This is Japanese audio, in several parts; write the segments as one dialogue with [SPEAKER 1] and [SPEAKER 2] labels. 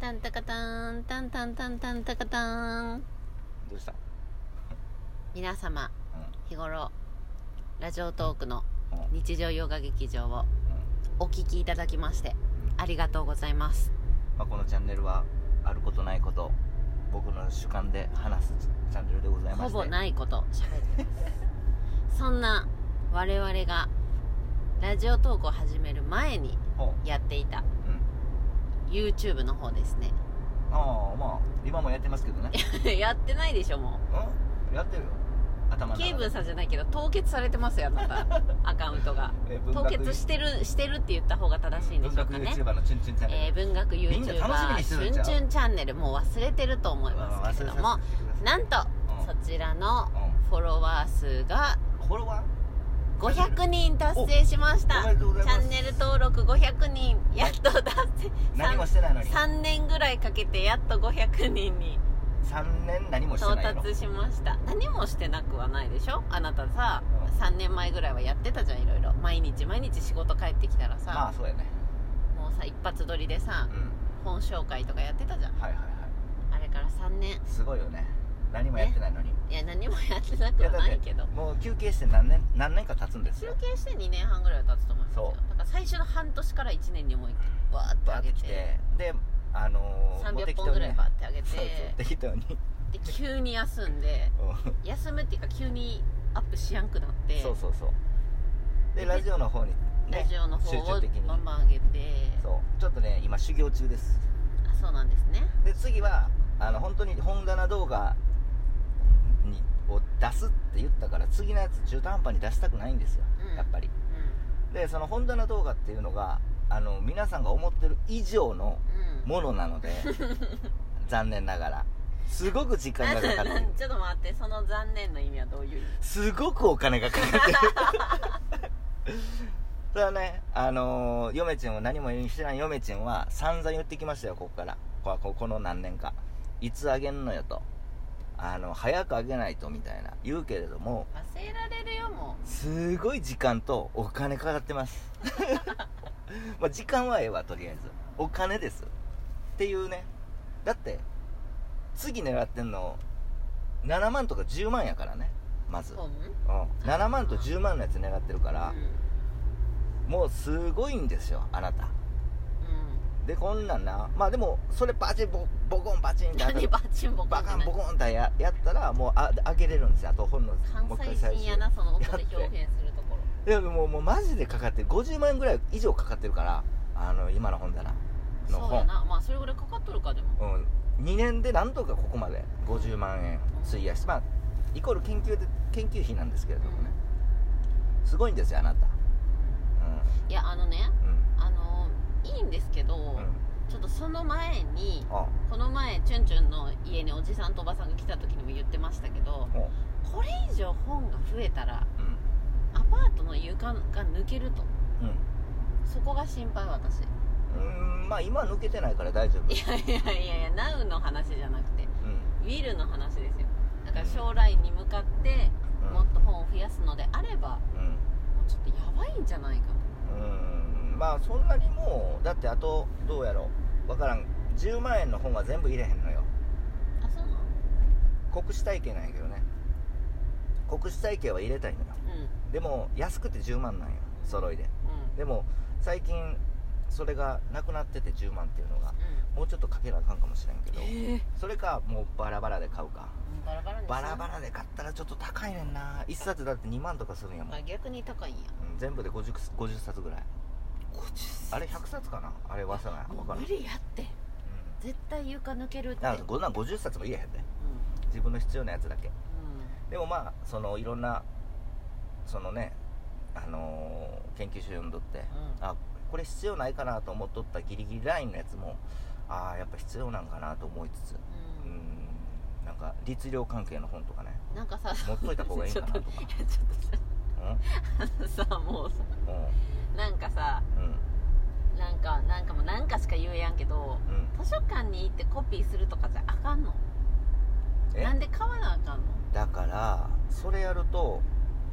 [SPEAKER 1] タンタカタンタンタンタンタンタカタン
[SPEAKER 2] どうした、
[SPEAKER 1] 皆様
[SPEAKER 2] うん
[SPEAKER 1] 日頃ラジオトークの
[SPEAKER 2] うんうん
[SPEAKER 1] 日常ヨガ劇場をお聞きいただきましてありがとうございます
[SPEAKER 2] まあ、このチャンネルはあることないこと僕の主観で話すチャンネルでござい
[SPEAKER 1] ほ
[SPEAKER 2] まして
[SPEAKER 1] ぼ
[SPEAKER 2] い
[SPEAKER 1] ないこと喋ってますそんな我々がラジオトークを始める前に
[SPEAKER 2] ほう
[SPEAKER 1] やっていた
[SPEAKER 2] うん
[SPEAKER 1] YouTube の方ですね
[SPEAKER 2] ああまあ今もやってますけどね
[SPEAKER 1] やってないでしょも
[SPEAKER 2] うんやってるよ頭
[SPEAKER 1] う
[SPEAKER 2] の中
[SPEAKER 1] ケ
[SPEAKER 2] で
[SPEAKER 1] イブンさんじゃないけど凍結されてますよあなたアカウント が
[SPEAKER 2] えー文
[SPEAKER 1] 凍
[SPEAKER 2] 学
[SPEAKER 1] 結してるしてるって言った方が正しいんで
[SPEAKER 2] 文
[SPEAKER 1] しょう
[SPEAKER 2] 学
[SPEAKER 1] かね
[SPEAKER 2] YouTuber のチュンチュンチャンネル、
[SPEAKER 1] えー文学
[SPEAKER 2] みんな楽しみ
[SPEAKER 1] YouTuber「
[SPEAKER 2] にして
[SPEAKER 1] チュ
[SPEAKER 2] るん
[SPEAKER 1] ン
[SPEAKER 2] ちゃう
[SPEAKER 1] チュンチャンネル」もう忘れてると思い
[SPEAKER 2] まあま
[SPEAKER 1] ま
[SPEAKER 2] あ
[SPEAKER 1] すけれども
[SPEAKER 2] 忘れさせてください
[SPEAKER 1] なんと
[SPEAKER 2] うん
[SPEAKER 1] そちらの
[SPEAKER 2] う
[SPEAKER 1] フォロワー数が
[SPEAKER 2] んフォロワ
[SPEAKER 1] 500人達成しまし
[SPEAKER 2] ーお
[SPEAKER 1] た
[SPEAKER 2] めでとうござ
[SPEAKER 1] チ
[SPEAKER 2] いま
[SPEAKER 1] ャ
[SPEAKER 2] す
[SPEAKER 1] ンネル登録500人やっと達成
[SPEAKER 2] 何もしてないのに 3,
[SPEAKER 1] 3年ぐらいかけてやっと500人に
[SPEAKER 2] 年何もして
[SPEAKER 1] 到
[SPEAKER 2] ないの
[SPEAKER 1] 達しました何もしてなくはないでしょあなたさ
[SPEAKER 2] うん
[SPEAKER 1] 3年前ぐらいはやってたじゃんいろいろ毎日毎日仕事帰ってきたら
[SPEAKER 2] ま
[SPEAKER 1] さ
[SPEAKER 2] あそうやね
[SPEAKER 1] もうさ一発撮りでさ
[SPEAKER 2] うん
[SPEAKER 1] 本紹介とかやってたじゃん
[SPEAKER 2] はいはいはい
[SPEAKER 1] あれから3年
[SPEAKER 2] すごいよね何もやってないのに
[SPEAKER 1] いや何もやってなく
[SPEAKER 2] い
[SPEAKER 1] は
[SPEAKER 2] やだっ
[SPEAKER 1] ない
[SPEAKER 2] て
[SPEAKER 1] けど
[SPEAKER 2] もう休憩して何年何年か経つんです
[SPEAKER 1] 休
[SPEAKER 2] よ
[SPEAKER 1] 憩して2年半ぐらいは経つと思いますよ
[SPEAKER 2] そう
[SPEAKER 1] だから最初の半年から1年にもうバーって
[SPEAKER 2] バ
[SPEAKER 1] 上
[SPEAKER 2] ーっ
[SPEAKER 1] げ
[SPEAKER 2] て
[SPEAKER 1] て
[SPEAKER 2] きてであのー、もう
[SPEAKER 1] 300
[SPEAKER 2] 適
[SPEAKER 1] 本
[SPEAKER 2] 当
[SPEAKER 1] ぐら
[SPEAKER 2] に
[SPEAKER 1] い
[SPEAKER 2] ね
[SPEAKER 1] バーって上げて
[SPEAKER 2] そうそう適 当に
[SPEAKER 1] で急に休んで
[SPEAKER 2] う
[SPEAKER 1] 休むっていうか急にアップしやんくなって
[SPEAKER 2] んそうそうそうでラジオの方にね
[SPEAKER 1] ラジオの方
[SPEAKER 2] 集
[SPEAKER 1] を
[SPEAKER 2] 中的に
[SPEAKER 1] バンバン上げて
[SPEAKER 2] そうちょっとね今修行中です
[SPEAKER 1] あそうなんですね
[SPEAKER 2] で次はあの本当に本棚動画にを出すって言ったから次のやつ中途半端に出したくないんですよ、
[SPEAKER 1] うん
[SPEAKER 2] やっぱり
[SPEAKER 1] う
[SPEAKER 2] でその本棚動画っていうのがあの皆さんが思ってる以上の
[SPEAKER 1] んうん
[SPEAKER 2] ものな ので残念ながらすごく時間がかかっ
[SPEAKER 1] な
[SPEAKER 2] て
[SPEAKER 1] ん
[SPEAKER 2] る
[SPEAKER 1] ちょっと待ってその残念の意味はどういう
[SPEAKER 2] すごくお金がかかってる それはねあのー、嫁ちんは何もしてない嫁ちんは散々言ってきましたよここからこここの何年かいつあげんのよとあの早くあげないとみたいな言うけれども
[SPEAKER 1] 忘れられるよも
[SPEAKER 2] すごい時間とお金かかってます まあ時間はええわとりあえずお金ですっていうねだって次狙ってんの7万とか10万やからねまず
[SPEAKER 1] う本
[SPEAKER 2] うん、7万と10万のやつ狙ってるか
[SPEAKER 1] う
[SPEAKER 2] ら、
[SPEAKER 1] ん
[SPEAKER 2] もうすごいんですよあなた
[SPEAKER 1] うん
[SPEAKER 2] でこんなんなまあでもそれバチンボボコンバチンって当た
[SPEAKER 1] 何
[SPEAKER 2] る
[SPEAKER 1] バチンボコン
[SPEAKER 2] バカンボ
[SPEAKER 1] ン
[SPEAKER 2] コンってややったらもうあ上げれるんですよあと本の
[SPEAKER 1] 関
[SPEAKER 2] もう一
[SPEAKER 1] 西
[SPEAKER 2] 回
[SPEAKER 1] 人やなその音
[SPEAKER 2] や
[SPEAKER 1] で
[SPEAKER 2] って
[SPEAKER 1] 表現するところ
[SPEAKER 2] でももうもうマジでかかってる50万円ぐらい以上かかってるからあの今の本棚の
[SPEAKER 1] そうや
[SPEAKER 2] 本
[SPEAKER 1] なまあそれぐらいかかっとるかでも
[SPEAKER 2] うん、2年でなんとかここまで50万円費やしてまあイコール研究で研究費なんですけれどもね、すごいんですよあなた
[SPEAKER 1] いやあのね
[SPEAKER 2] うんうん
[SPEAKER 1] あのいいんですけど、
[SPEAKER 2] うん
[SPEAKER 1] ちょっとその前に
[SPEAKER 2] あ
[SPEAKER 1] この前チュンチュンの家におじさんとおばさんが来た時にも言ってましたけど
[SPEAKER 2] も
[SPEAKER 1] これ以上本が増えたら
[SPEAKER 2] ううん
[SPEAKER 1] アパートの床が抜けると
[SPEAKER 2] う
[SPEAKER 1] そこが心配私
[SPEAKER 2] ん、うん、まあ今は抜けてないから大丈夫
[SPEAKER 1] いやいやいやいやナウの話じゃなくて
[SPEAKER 2] うん
[SPEAKER 1] ウィルの話ですよだから将来に向かって
[SPEAKER 2] うん
[SPEAKER 1] もっと本を増やすのであれば
[SPEAKER 2] うん
[SPEAKER 1] もうちょっとやばいんじゃないか
[SPEAKER 2] うんまあそんなにもうだってあとどうやろうわからん10万円の本は全部入れへんのよ
[SPEAKER 1] とあそうなの
[SPEAKER 2] 国試体系なんやけどね国試体系は入れたいのよ
[SPEAKER 1] うんうん
[SPEAKER 2] でも安くて10万なんよ揃いででも最近それがなくなってて10万っていうのがもうちょっとかけなあかんかもしれんけど
[SPEAKER 1] うんええ
[SPEAKER 2] それかもうバラバラで買うか
[SPEAKER 1] バラバラにする
[SPEAKER 2] バラバラで買ったらちょっと高いねんな1冊だって2万とかするんやもん
[SPEAKER 1] あ逆に高いんや
[SPEAKER 2] うん全部で 50, 冊50冊ぐらいあれ100冊かなあれ忘れない
[SPEAKER 1] も
[SPEAKER 2] わ
[SPEAKER 1] う
[SPEAKER 2] からん
[SPEAKER 1] 無
[SPEAKER 2] うん
[SPEAKER 1] 理やって絶対床抜けるって
[SPEAKER 2] なんかこんなん50冊もいえへんで自分の必要なやつだけでもまあそのいろんなそのねあのー研究所読んどって
[SPEAKER 1] うんうんうん
[SPEAKER 2] あこれ必要ないかなと思っとったギリギリラインのやつもああやっぱ必要なんかなと思いつつう
[SPEAKER 1] うん
[SPEAKER 2] なんか律令関係の本とかね
[SPEAKER 1] んなんかさ
[SPEAKER 2] 持っといた方がいいかなとか
[SPEAKER 1] ちょっとちょっとさあのさもうさ
[SPEAKER 2] うん
[SPEAKER 1] なんかさ
[SPEAKER 2] うん
[SPEAKER 1] なんかなんかもうなんかしか言えやんけど
[SPEAKER 2] うん
[SPEAKER 1] 図書館に行ってコピーするとかじゃあかんの
[SPEAKER 2] え
[SPEAKER 1] なんで買わなあかんの
[SPEAKER 2] だからそれやると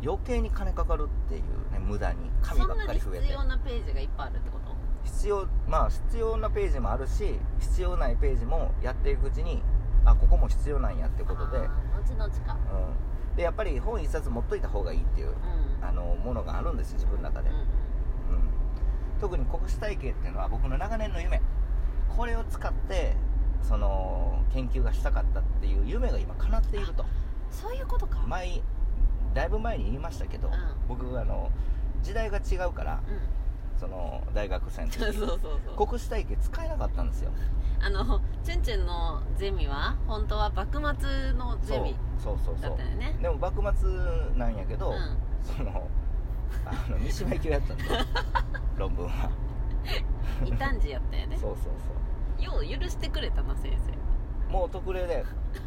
[SPEAKER 2] 余計に金かかるっていうね無駄に紙
[SPEAKER 1] そ
[SPEAKER 2] ば
[SPEAKER 1] ん
[SPEAKER 2] っ
[SPEAKER 1] な
[SPEAKER 2] か
[SPEAKER 1] に
[SPEAKER 2] り増え
[SPEAKER 1] 必
[SPEAKER 2] て
[SPEAKER 1] 要なページがいっぱいあるってこと
[SPEAKER 2] 必要まあ必要なページもあるし必要ないページもやっていくうちにあここも必要なんやってことで,、う
[SPEAKER 1] あー後々か
[SPEAKER 2] ん、でやっぱり本一冊持っといた方がいいっていう
[SPEAKER 1] うんうん
[SPEAKER 2] あのものがあるんですよ自分の中で、うん、特に国史体系っていうのは僕の長年の夢これを使ってその研究がしたかったっていう夢が今叶っていると
[SPEAKER 1] そういうことか
[SPEAKER 2] 前だいぶ前に言いましたけど、
[SPEAKER 1] うん
[SPEAKER 2] 僕あの時代が違うから
[SPEAKER 1] うん
[SPEAKER 2] その大学生の
[SPEAKER 1] そう
[SPEAKER 2] 時
[SPEAKER 1] そうそう
[SPEAKER 2] 国史体系使えなかったんですよ
[SPEAKER 1] あのチュンチュンのゼミは本当は幕末のゼミ
[SPEAKER 2] そうそうそ
[SPEAKER 1] だ
[SPEAKER 2] う
[SPEAKER 1] ったよね
[SPEAKER 2] でも幕末なんやけど、
[SPEAKER 1] うん
[SPEAKER 2] そのあの三島由紀夫やったんで 論文は
[SPEAKER 1] 異端児やったよね
[SPEAKER 2] そうそうそ
[SPEAKER 1] よう許してくれたな先
[SPEAKER 2] うもう特例で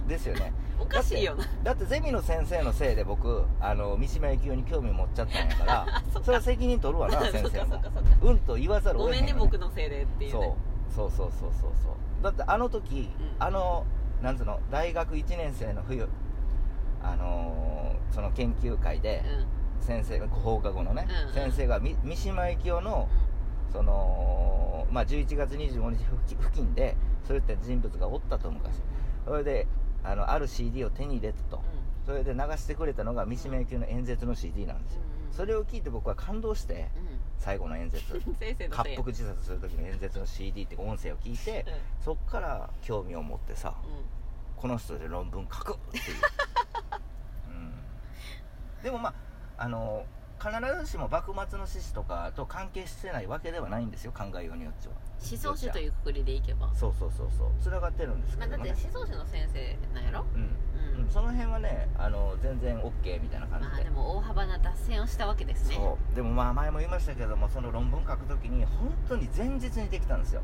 [SPEAKER 2] ですよね
[SPEAKER 1] 生おかしいよな
[SPEAKER 2] だってゼミの先生のせいで僕あの三島由紀夫に興味持っちゃったんやから それは責任取るわな
[SPEAKER 1] そっか
[SPEAKER 2] 先
[SPEAKER 1] そっ
[SPEAKER 2] 生
[SPEAKER 1] かそ
[SPEAKER 2] も
[SPEAKER 1] っか
[SPEAKER 2] うんと言わざるを
[SPEAKER 1] ご
[SPEAKER 2] 得へ
[SPEAKER 1] め
[SPEAKER 2] ん
[SPEAKER 1] んね
[SPEAKER 2] よ
[SPEAKER 1] 僕のせいでっていう
[SPEAKER 2] そう
[SPEAKER 1] ね
[SPEAKER 2] そうそうそうそうそうだってあの時、
[SPEAKER 1] うん
[SPEAKER 2] あのなんつうの大学1年生の冬あのーその研究会で
[SPEAKER 1] うんうん
[SPEAKER 2] 先生が放課後のね、
[SPEAKER 1] うん
[SPEAKER 2] 先生がみ三島由紀夫のそのまあ11月25日付付近でそういった人物がおったと昔それであのある CD を手に入れたと
[SPEAKER 1] う
[SPEAKER 2] それで流してくれたのが三島由紀夫の演説の CD なんですよ
[SPEAKER 1] ん
[SPEAKER 2] それを聞いて僕は感動して最後の 演説
[SPEAKER 1] うん先生のせ
[SPEAKER 2] 滑
[SPEAKER 1] いや
[SPEAKER 2] 腹自殺する時の演説の CD って音声を聞いて
[SPEAKER 1] うん
[SPEAKER 2] そっから興味を持ってさこの人で論文書く っていう、うん、でもまああの必ずしも幕末の志士とかと関係してないわけではないんですよ考えようによっては
[SPEAKER 1] 思想史というくくりでいけば
[SPEAKER 2] そうそうそうそうつながってるんです
[SPEAKER 1] ま
[SPEAKER 2] け
[SPEAKER 1] あだ
[SPEAKER 2] ど
[SPEAKER 1] っ
[SPEAKER 2] も
[SPEAKER 1] て
[SPEAKER 2] ね
[SPEAKER 1] 思想史の先生なんやろ
[SPEAKER 2] うん
[SPEAKER 1] うん
[SPEAKER 2] うん、その辺はねあの全然 OK みたいな感
[SPEAKER 1] まあ
[SPEAKER 2] じで
[SPEAKER 1] でも大幅な脱線をしたわけですね
[SPEAKER 2] そうでもまあ前も言いましたけどもその論文書くときに本当に前日にできたんですよ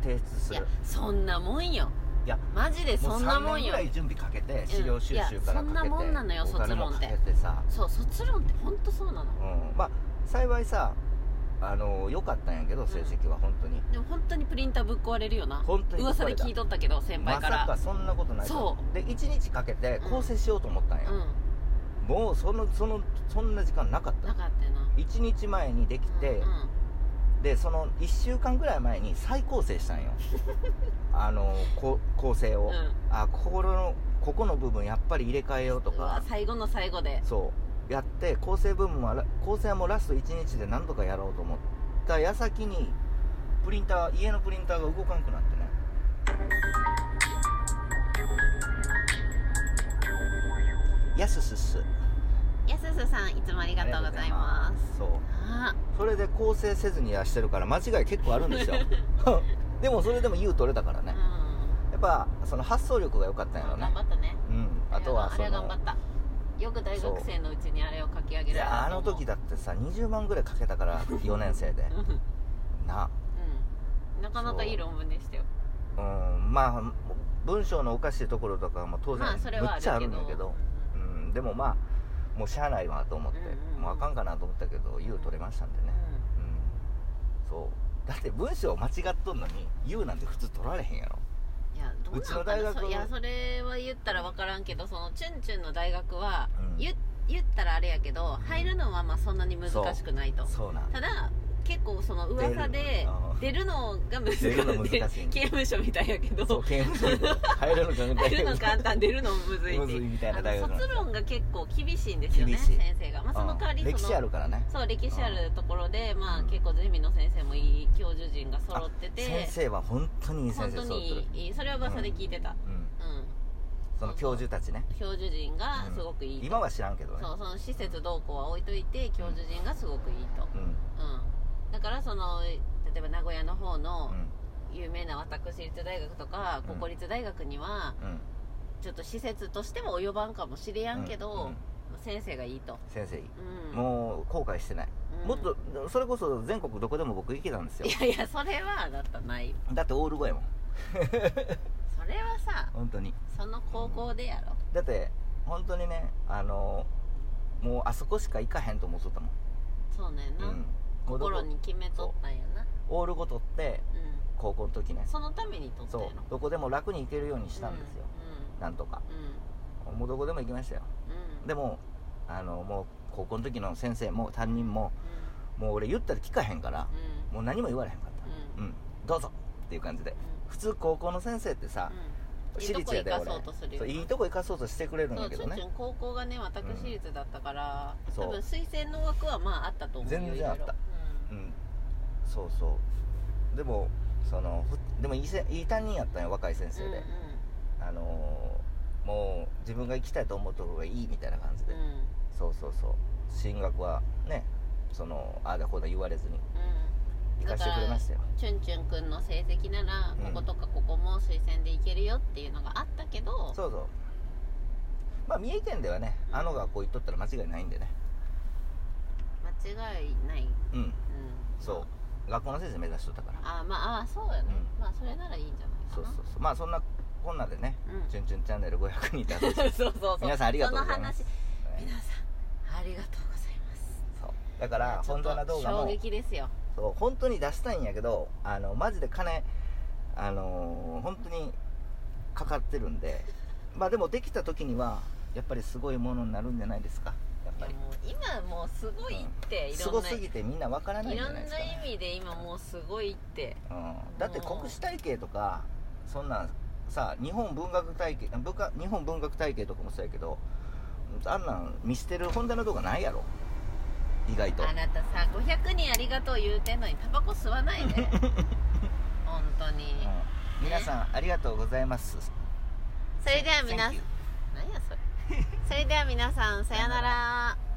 [SPEAKER 1] う
[SPEAKER 2] 提出
[SPEAKER 1] ん
[SPEAKER 2] す
[SPEAKER 1] いや
[SPEAKER 2] る
[SPEAKER 1] そんなもんよ
[SPEAKER 2] いや
[SPEAKER 1] マジで
[SPEAKER 2] も
[SPEAKER 1] そ
[SPEAKER 2] うん
[SPEAKER 1] なも
[SPEAKER 2] 3
[SPEAKER 1] ん
[SPEAKER 2] 年ぐ
[SPEAKER 1] よ
[SPEAKER 2] らい準備かけて資料収集からかけて、
[SPEAKER 1] いやそんなもんなのよ
[SPEAKER 2] お金も
[SPEAKER 1] 卒論って
[SPEAKER 2] かけてさ、
[SPEAKER 1] そう卒論って本当そうなの
[SPEAKER 2] うん、まあ幸いさあの良かったんやけど成績は本当に、
[SPEAKER 1] でも本当にプリンターぶっ壊れるよな
[SPEAKER 2] 本当にぶっ壊れ
[SPEAKER 1] 噂
[SPEAKER 2] た
[SPEAKER 1] で聞いとったけど先輩
[SPEAKER 2] ま
[SPEAKER 1] か
[SPEAKER 2] さ
[SPEAKER 1] ら
[SPEAKER 2] かそんなことないと
[SPEAKER 1] そ
[SPEAKER 2] で1日かけて構成しようと思ったんや、
[SPEAKER 1] う
[SPEAKER 2] もうそのそのそんな時間なかっ
[SPEAKER 1] んな
[SPEAKER 2] た
[SPEAKER 1] かったよな
[SPEAKER 2] 1日前にできて、
[SPEAKER 1] うんうん
[SPEAKER 2] でその1週間ぐらい前に再構成したんよ あのこ構成を、
[SPEAKER 1] うん
[SPEAKER 2] あここのここの部分やっぱり入れ替えようと
[SPEAKER 1] うわ
[SPEAKER 2] か
[SPEAKER 1] 最後の最後で
[SPEAKER 2] そうやって構成部分はら構成はもうラスト1日で何とかやろうと思った矢先にプリンター家のプリンターが動かんくなってねやすすっす
[SPEAKER 1] やすすさんいつもありがとうございます
[SPEAKER 2] そう
[SPEAKER 1] あ
[SPEAKER 2] それで構成せずにやしてるから間違い結構あるんで すよでもそれでも U 取れたから
[SPEAKER 1] う
[SPEAKER 2] ね
[SPEAKER 1] ん
[SPEAKER 2] やっぱその発想力が良かったんやろ
[SPEAKER 1] 頑
[SPEAKER 2] ね
[SPEAKER 1] 張ったね
[SPEAKER 2] うんあとは
[SPEAKER 1] あ
[SPEAKER 2] そ
[SPEAKER 1] れは頑
[SPEAKER 2] の
[SPEAKER 1] 張ったよく大学生のうちにあれを書き上げ
[SPEAKER 2] い
[SPEAKER 1] られ
[SPEAKER 2] や
[SPEAKER 1] た
[SPEAKER 2] あ
[SPEAKER 1] と
[SPEAKER 2] の
[SPEAKER 1] 思う
[SPEAKER 2] 時だってさ20万ぐらいかけたから4年生で
[SPEAKER 1] うん
[SPEAKER 2] な
[SPEAKER 1] うんなかなかいい論文でしたよ
[SPEAKER 2] うんまあ文章のおかしいところとかも当然
[SPEAKER 1] まあ
[SPEAKER 2] む
[SPEAKER 1] それはあ
[SPEAKER 2] っちゃある
[SPEAKER 1] る
[SPEAKER 2] ん
[SPEAKER 1] け
[SPEAKER 2] だ
[SPEAKER 1] ど
[SPEAKER 2] けど、うん、でもまあもうしゃあないわと思って、
[SPEAKER 1] うんうん
[SPEAKER 2] もうあかんかなと思ったけど U 取れましたんでね、うん、そうだって文章間違っとんのに U なんて普通取られへんやろ
[SPEAKER 1] いやどう
[SPEAKER 2] うち
[SPEAKER 1] な
[SPEAKER 2] の
[SPEAKER 1] のか
[SPEAKER 2] 大
[SPEAKER 1] な
[SPEAKER 2] 学
[SPEAKER 1] そいやそれは言ったら分からんけどそのチュンチュンの大学は、
[SPEAKER 2] うん
[SPEAKER 1] 言言ったらあれやけど入るのはまあそんなに難しくないと
[SPEAKER 2] そうなん
[SPEAKER 1] ただ結構その噂で出るのが難しい
[SPEAKER 2] 出るの難しい
[SPEAKER 1] 刑務所みたいやけど
[SPEAKER 2] そう刑務所に入るのかみた
[SPEAKER 1] 入
[SPEAKER 2] い
[SPEAKER 1] るの簡単出るのむずい
[SPEAKER 2] む
[SPEAKER 1] っ
[SPEAKER 2] ずい
[SPEAKER 1] て
[SPEAKER 2] みたい
[SPEAKER 1] あ
[SPEAKER 2] な
[SPEAKER 1] の
[SPEAKER 2] 大学なんで
[SPEAKER 1] 卒
[SPEAKER 2] すよ
[SPEAKER 1] 論が結構厳しいんですよね
[SPEAKER 2] 厳しい
[SPEAKER 1] 先生が、まあ、その代わりそ
[SPEAKER 2] うん
[SPEAKER 1] の
[SPEAKER 2] 歴史あるからね
[SPEAKER 1] そう歴史あるところで、まあ
[SPEAKER 2] うん
[SPEAKER 1] 結構ゼミの先生もいい教授陣が揃ってて
[SPEAKER 2] 先生は本当にいい先
[SPEAKER 1] 本
[SPEAKER 2] 生
[SPEAKER 1] 当
[SPEAKER 2] 揃ってる
[SPEAKER 1] にいいそれは噂で聞いてた、
[SPEAKER 2] うん
[SPEAKER 1] うん、
[SPEAKER 2] その教授たちね
[SPEAKER 1] 教授陣がすごくいいと、
[SPEAKER 2] 今は知らんけどね
[SPEAKER 1] そうその施設どうこうは置いといて教授陣がすごくいいと、
[SPEAKER 2] うん
[SPEAKER 1] うん、だからその例えば名古屋の方の
[SPEAKER 2] うん
[SPEAKER 1] 有名な私立大学とか
[SPEAKER 2] うん
[SPEAKER 1] 国立大学には
[SPEAKER 2] うん
[SPEAKER 1] ちょっと施設としても及ばんかもしれやんけど、
[SPEAKER 2] うんうん
[SPEAKER 1] 先生がいいと、
[SPEAKER 2] 先生いい
[SPEAKER 1] うん、
[SPEAKER 2] もう後悔してない、
[SPEAKER 1] うん
[SPEAKER 2] もっとそれこそ全国どこでも僕行けたんですよ
[SPEAKER 1] いやいやそれはだったらないよ
[SPEAKER 2] だってオール語やもん
[SPEAKER 1] それはさ
[SPEAKER 2] 本当に
[SPEAKER 1] その高校でやろ、
[SPEAKER 2] だって本当にねあのもうあそこしか行かへんと思っとったもん、
[SPEAKER 1] そうねんな、
[SPEAKER 2] うん、もうどこ
[SPEAKER 1] 心に決めとったんやな
[SPEAKER 2] オール語取って
[SPEAKER 1] う
[SPEAKER 2] 高校の時ね
[SPEAKER 1] んそのためにとったん
[SPEAKER 2] そ
[SPEAKER 1] やろ
[SPEAKER 2] うどこでも楽に行けるようにしたんですよ、なんとか
[SPEAKER 1] うんうん
[SPEAKER 2] もうどこでも行きましたよ
[SPEAKER 1] うん
[SPEAKER 2] で
[SPEAKER 1] も、
[SPEAKER 2] もあのもう高校の時の先生も担任も
[SPEAKER 1] う
[SPEAKER 2] もう俺言ったら聞かへんから
[SPEAKER 1] んうん
[SPEAKER 2] もう何も言われへんかった、うんどうぞっていう感じで普通高校の先生ってさ、
[SPEAKER 1] うん
[SPEAKER 2] 私立やで
[SPEAKER 1] いい
[SPEAKER 2] 俺
[SPEAKER 1] とこ行かそうとするよ
[SPEAKER 2] そういいとこ行かそうとしてくれるん
[SPEAKER 1] そ
[SPEAKER 2] だ
[SPEAKER 1] う
[SPEAKER 2] け
[SPEAKER 1] チ
[SPEAKER 2] ど
[SPEAKER 1] ュンチ
[SPEAKER 2] ね
[SPEAKER 1] ュン高校がね私立だったから、
[SPEAKER 2] うんそう
[SPEAKER 1] 多分推薦の枠はまああったと思うよ
[SPEAKER 2] 全然あっ
[SPEAKER 1] い
[SPEAKER 2] た
[SPEAKER 1] ろいろ
[SPEAKER 2] うんそうそうでもそのふでもいいせいい担任やったんよ若い先生
[SPEAKER 1] うん
[SPEAKER 2] で、あのーもう自分が行きたいと思うところがいいみたいな感じで、
[SPEAKER 1] うんうんうん
[SPEAKER 2] そうそうそう進学はねそのああだこうだ言われずに
[SPEAKER 1] うん
[SPEAKER 2] 行かせてくれましたよ
[SPEAKER 1] チュンチュンくんの成績なら
[SPEAKER 2] うん
[SPEAKER 1] こことかここも推薦でいけるよっていうのがあったけど、
[SPEAKER 2] そうそうまあ三重県ではねあの学校行っとったら間違いないんでね
[SPEAKER 1] 間違いない、うん、
[SPEAKER 2] うんそう学校の先生目指しとったから
[SPEAKER 1] ああまああそうやね、
[SPEAKER 2] う
[SPEAKER 1] まあそれならいいんじゃないかな
[SPEAKER 2] そうそうそうまあそんなこんなでね
[SPEAKER 1] うん
[SPEAKER 2] 「チュンチュンチャンネル500人」だと
[SPEAKER 1] そうそうそう
[SPEAKER 2] 皆さんありがとうございます
[SPEAKER 1] その話皆さんありがとうございます
[SPEAKER 2] そうだから
[SPEAKER 1] ちょっ
[SPEAKER 2] 本
[SPEAKER 1] と
[SPEAKER 2] 当な動画
[SPEAKER 1] 衝
[SPEAKER 2] も
[SPEAKER 1] 撃ですよ
[SPEAKER 2] そう本当に出したいんやけどあのマジで金あのー本当にかかってるんでまあでもできた時にはやっぱりすごいものになるんじゃないですかやっ
[SPEAKER 1] い
[SPEAKER 2] ぱ
[SPEAKER 1] や
[SPEAKER 2] り
[SPEAKER 1] もう今もうすごいって、い
[SPEAKER 2] す
[SPEAKER 1] ろ
[SPEAKER 2] ご
[SPEAKER 1] んな
[SPEAKER 2] すぎてみんなわからないん
[SPEAKER 1] い
[SPEAKER 2] じ
[SPEAKER 1] ろ
[SPEAKER 2] ゃ
[SPEAKER 1] ん
[SPEAKER 2] ない
[SPEAKER 1] な
[SPEAKER 2] ですか、
[SPEAKER 1] 意味で今もうすごいって
[SPEAKER 2] うん、だって国史体系とかそんなんさ日本文学体系文化日本文学体系とかもそうやけどあんなん見捨てる本棚動画ないやろ意外と
[SPEAKER 1] あなたさ500人ありがとう言うてんのにタバコ吸わないで 本当に
[SPEAKER 2] うん皆さんありがとうございます
[SPEAKER 1] それでは皆
[SPEAKER 2] Thank
[SPEAKER 1] さん
[SPEAKER 2] you
[SPEAKER 1] 何やそれそれでは皆さんさよなら